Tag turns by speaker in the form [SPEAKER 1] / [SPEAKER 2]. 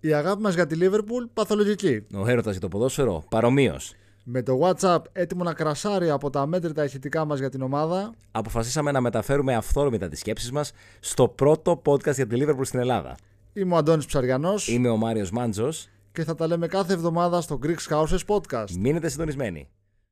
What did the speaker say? [SPEAKER 1] Η αγάπη μας για τη Λίβερπουλ παθολογική.
[SPEAKER 2] Ο έρωτα για το ποδόσφαιρο. Παρομοίως.
[SPEAKER 1] Με το WhatsApp έτοιμο να κρασάρει από τα μέτρητα ηχητικά μας για την ομάδα.
[SPEAKER 2] Αποφασίσαμε να μεταφέρουμε αυθόρμητα τις σκέψεις μας στο πρώτο podcast για τη Liverpool στην Ελλάδα.
[SPEAKER 1] Είμαι ο Αντώνης Ψαριανός
[SPEAKER 2] Είμαι ο Μάριος Μάντζος.
[SPEAKER 1] και θα τα λέμε κάθε εβδομάδα στο Greek Houses Podcast.
[SPEAKER 2] Μείνετε συντονισμένοι.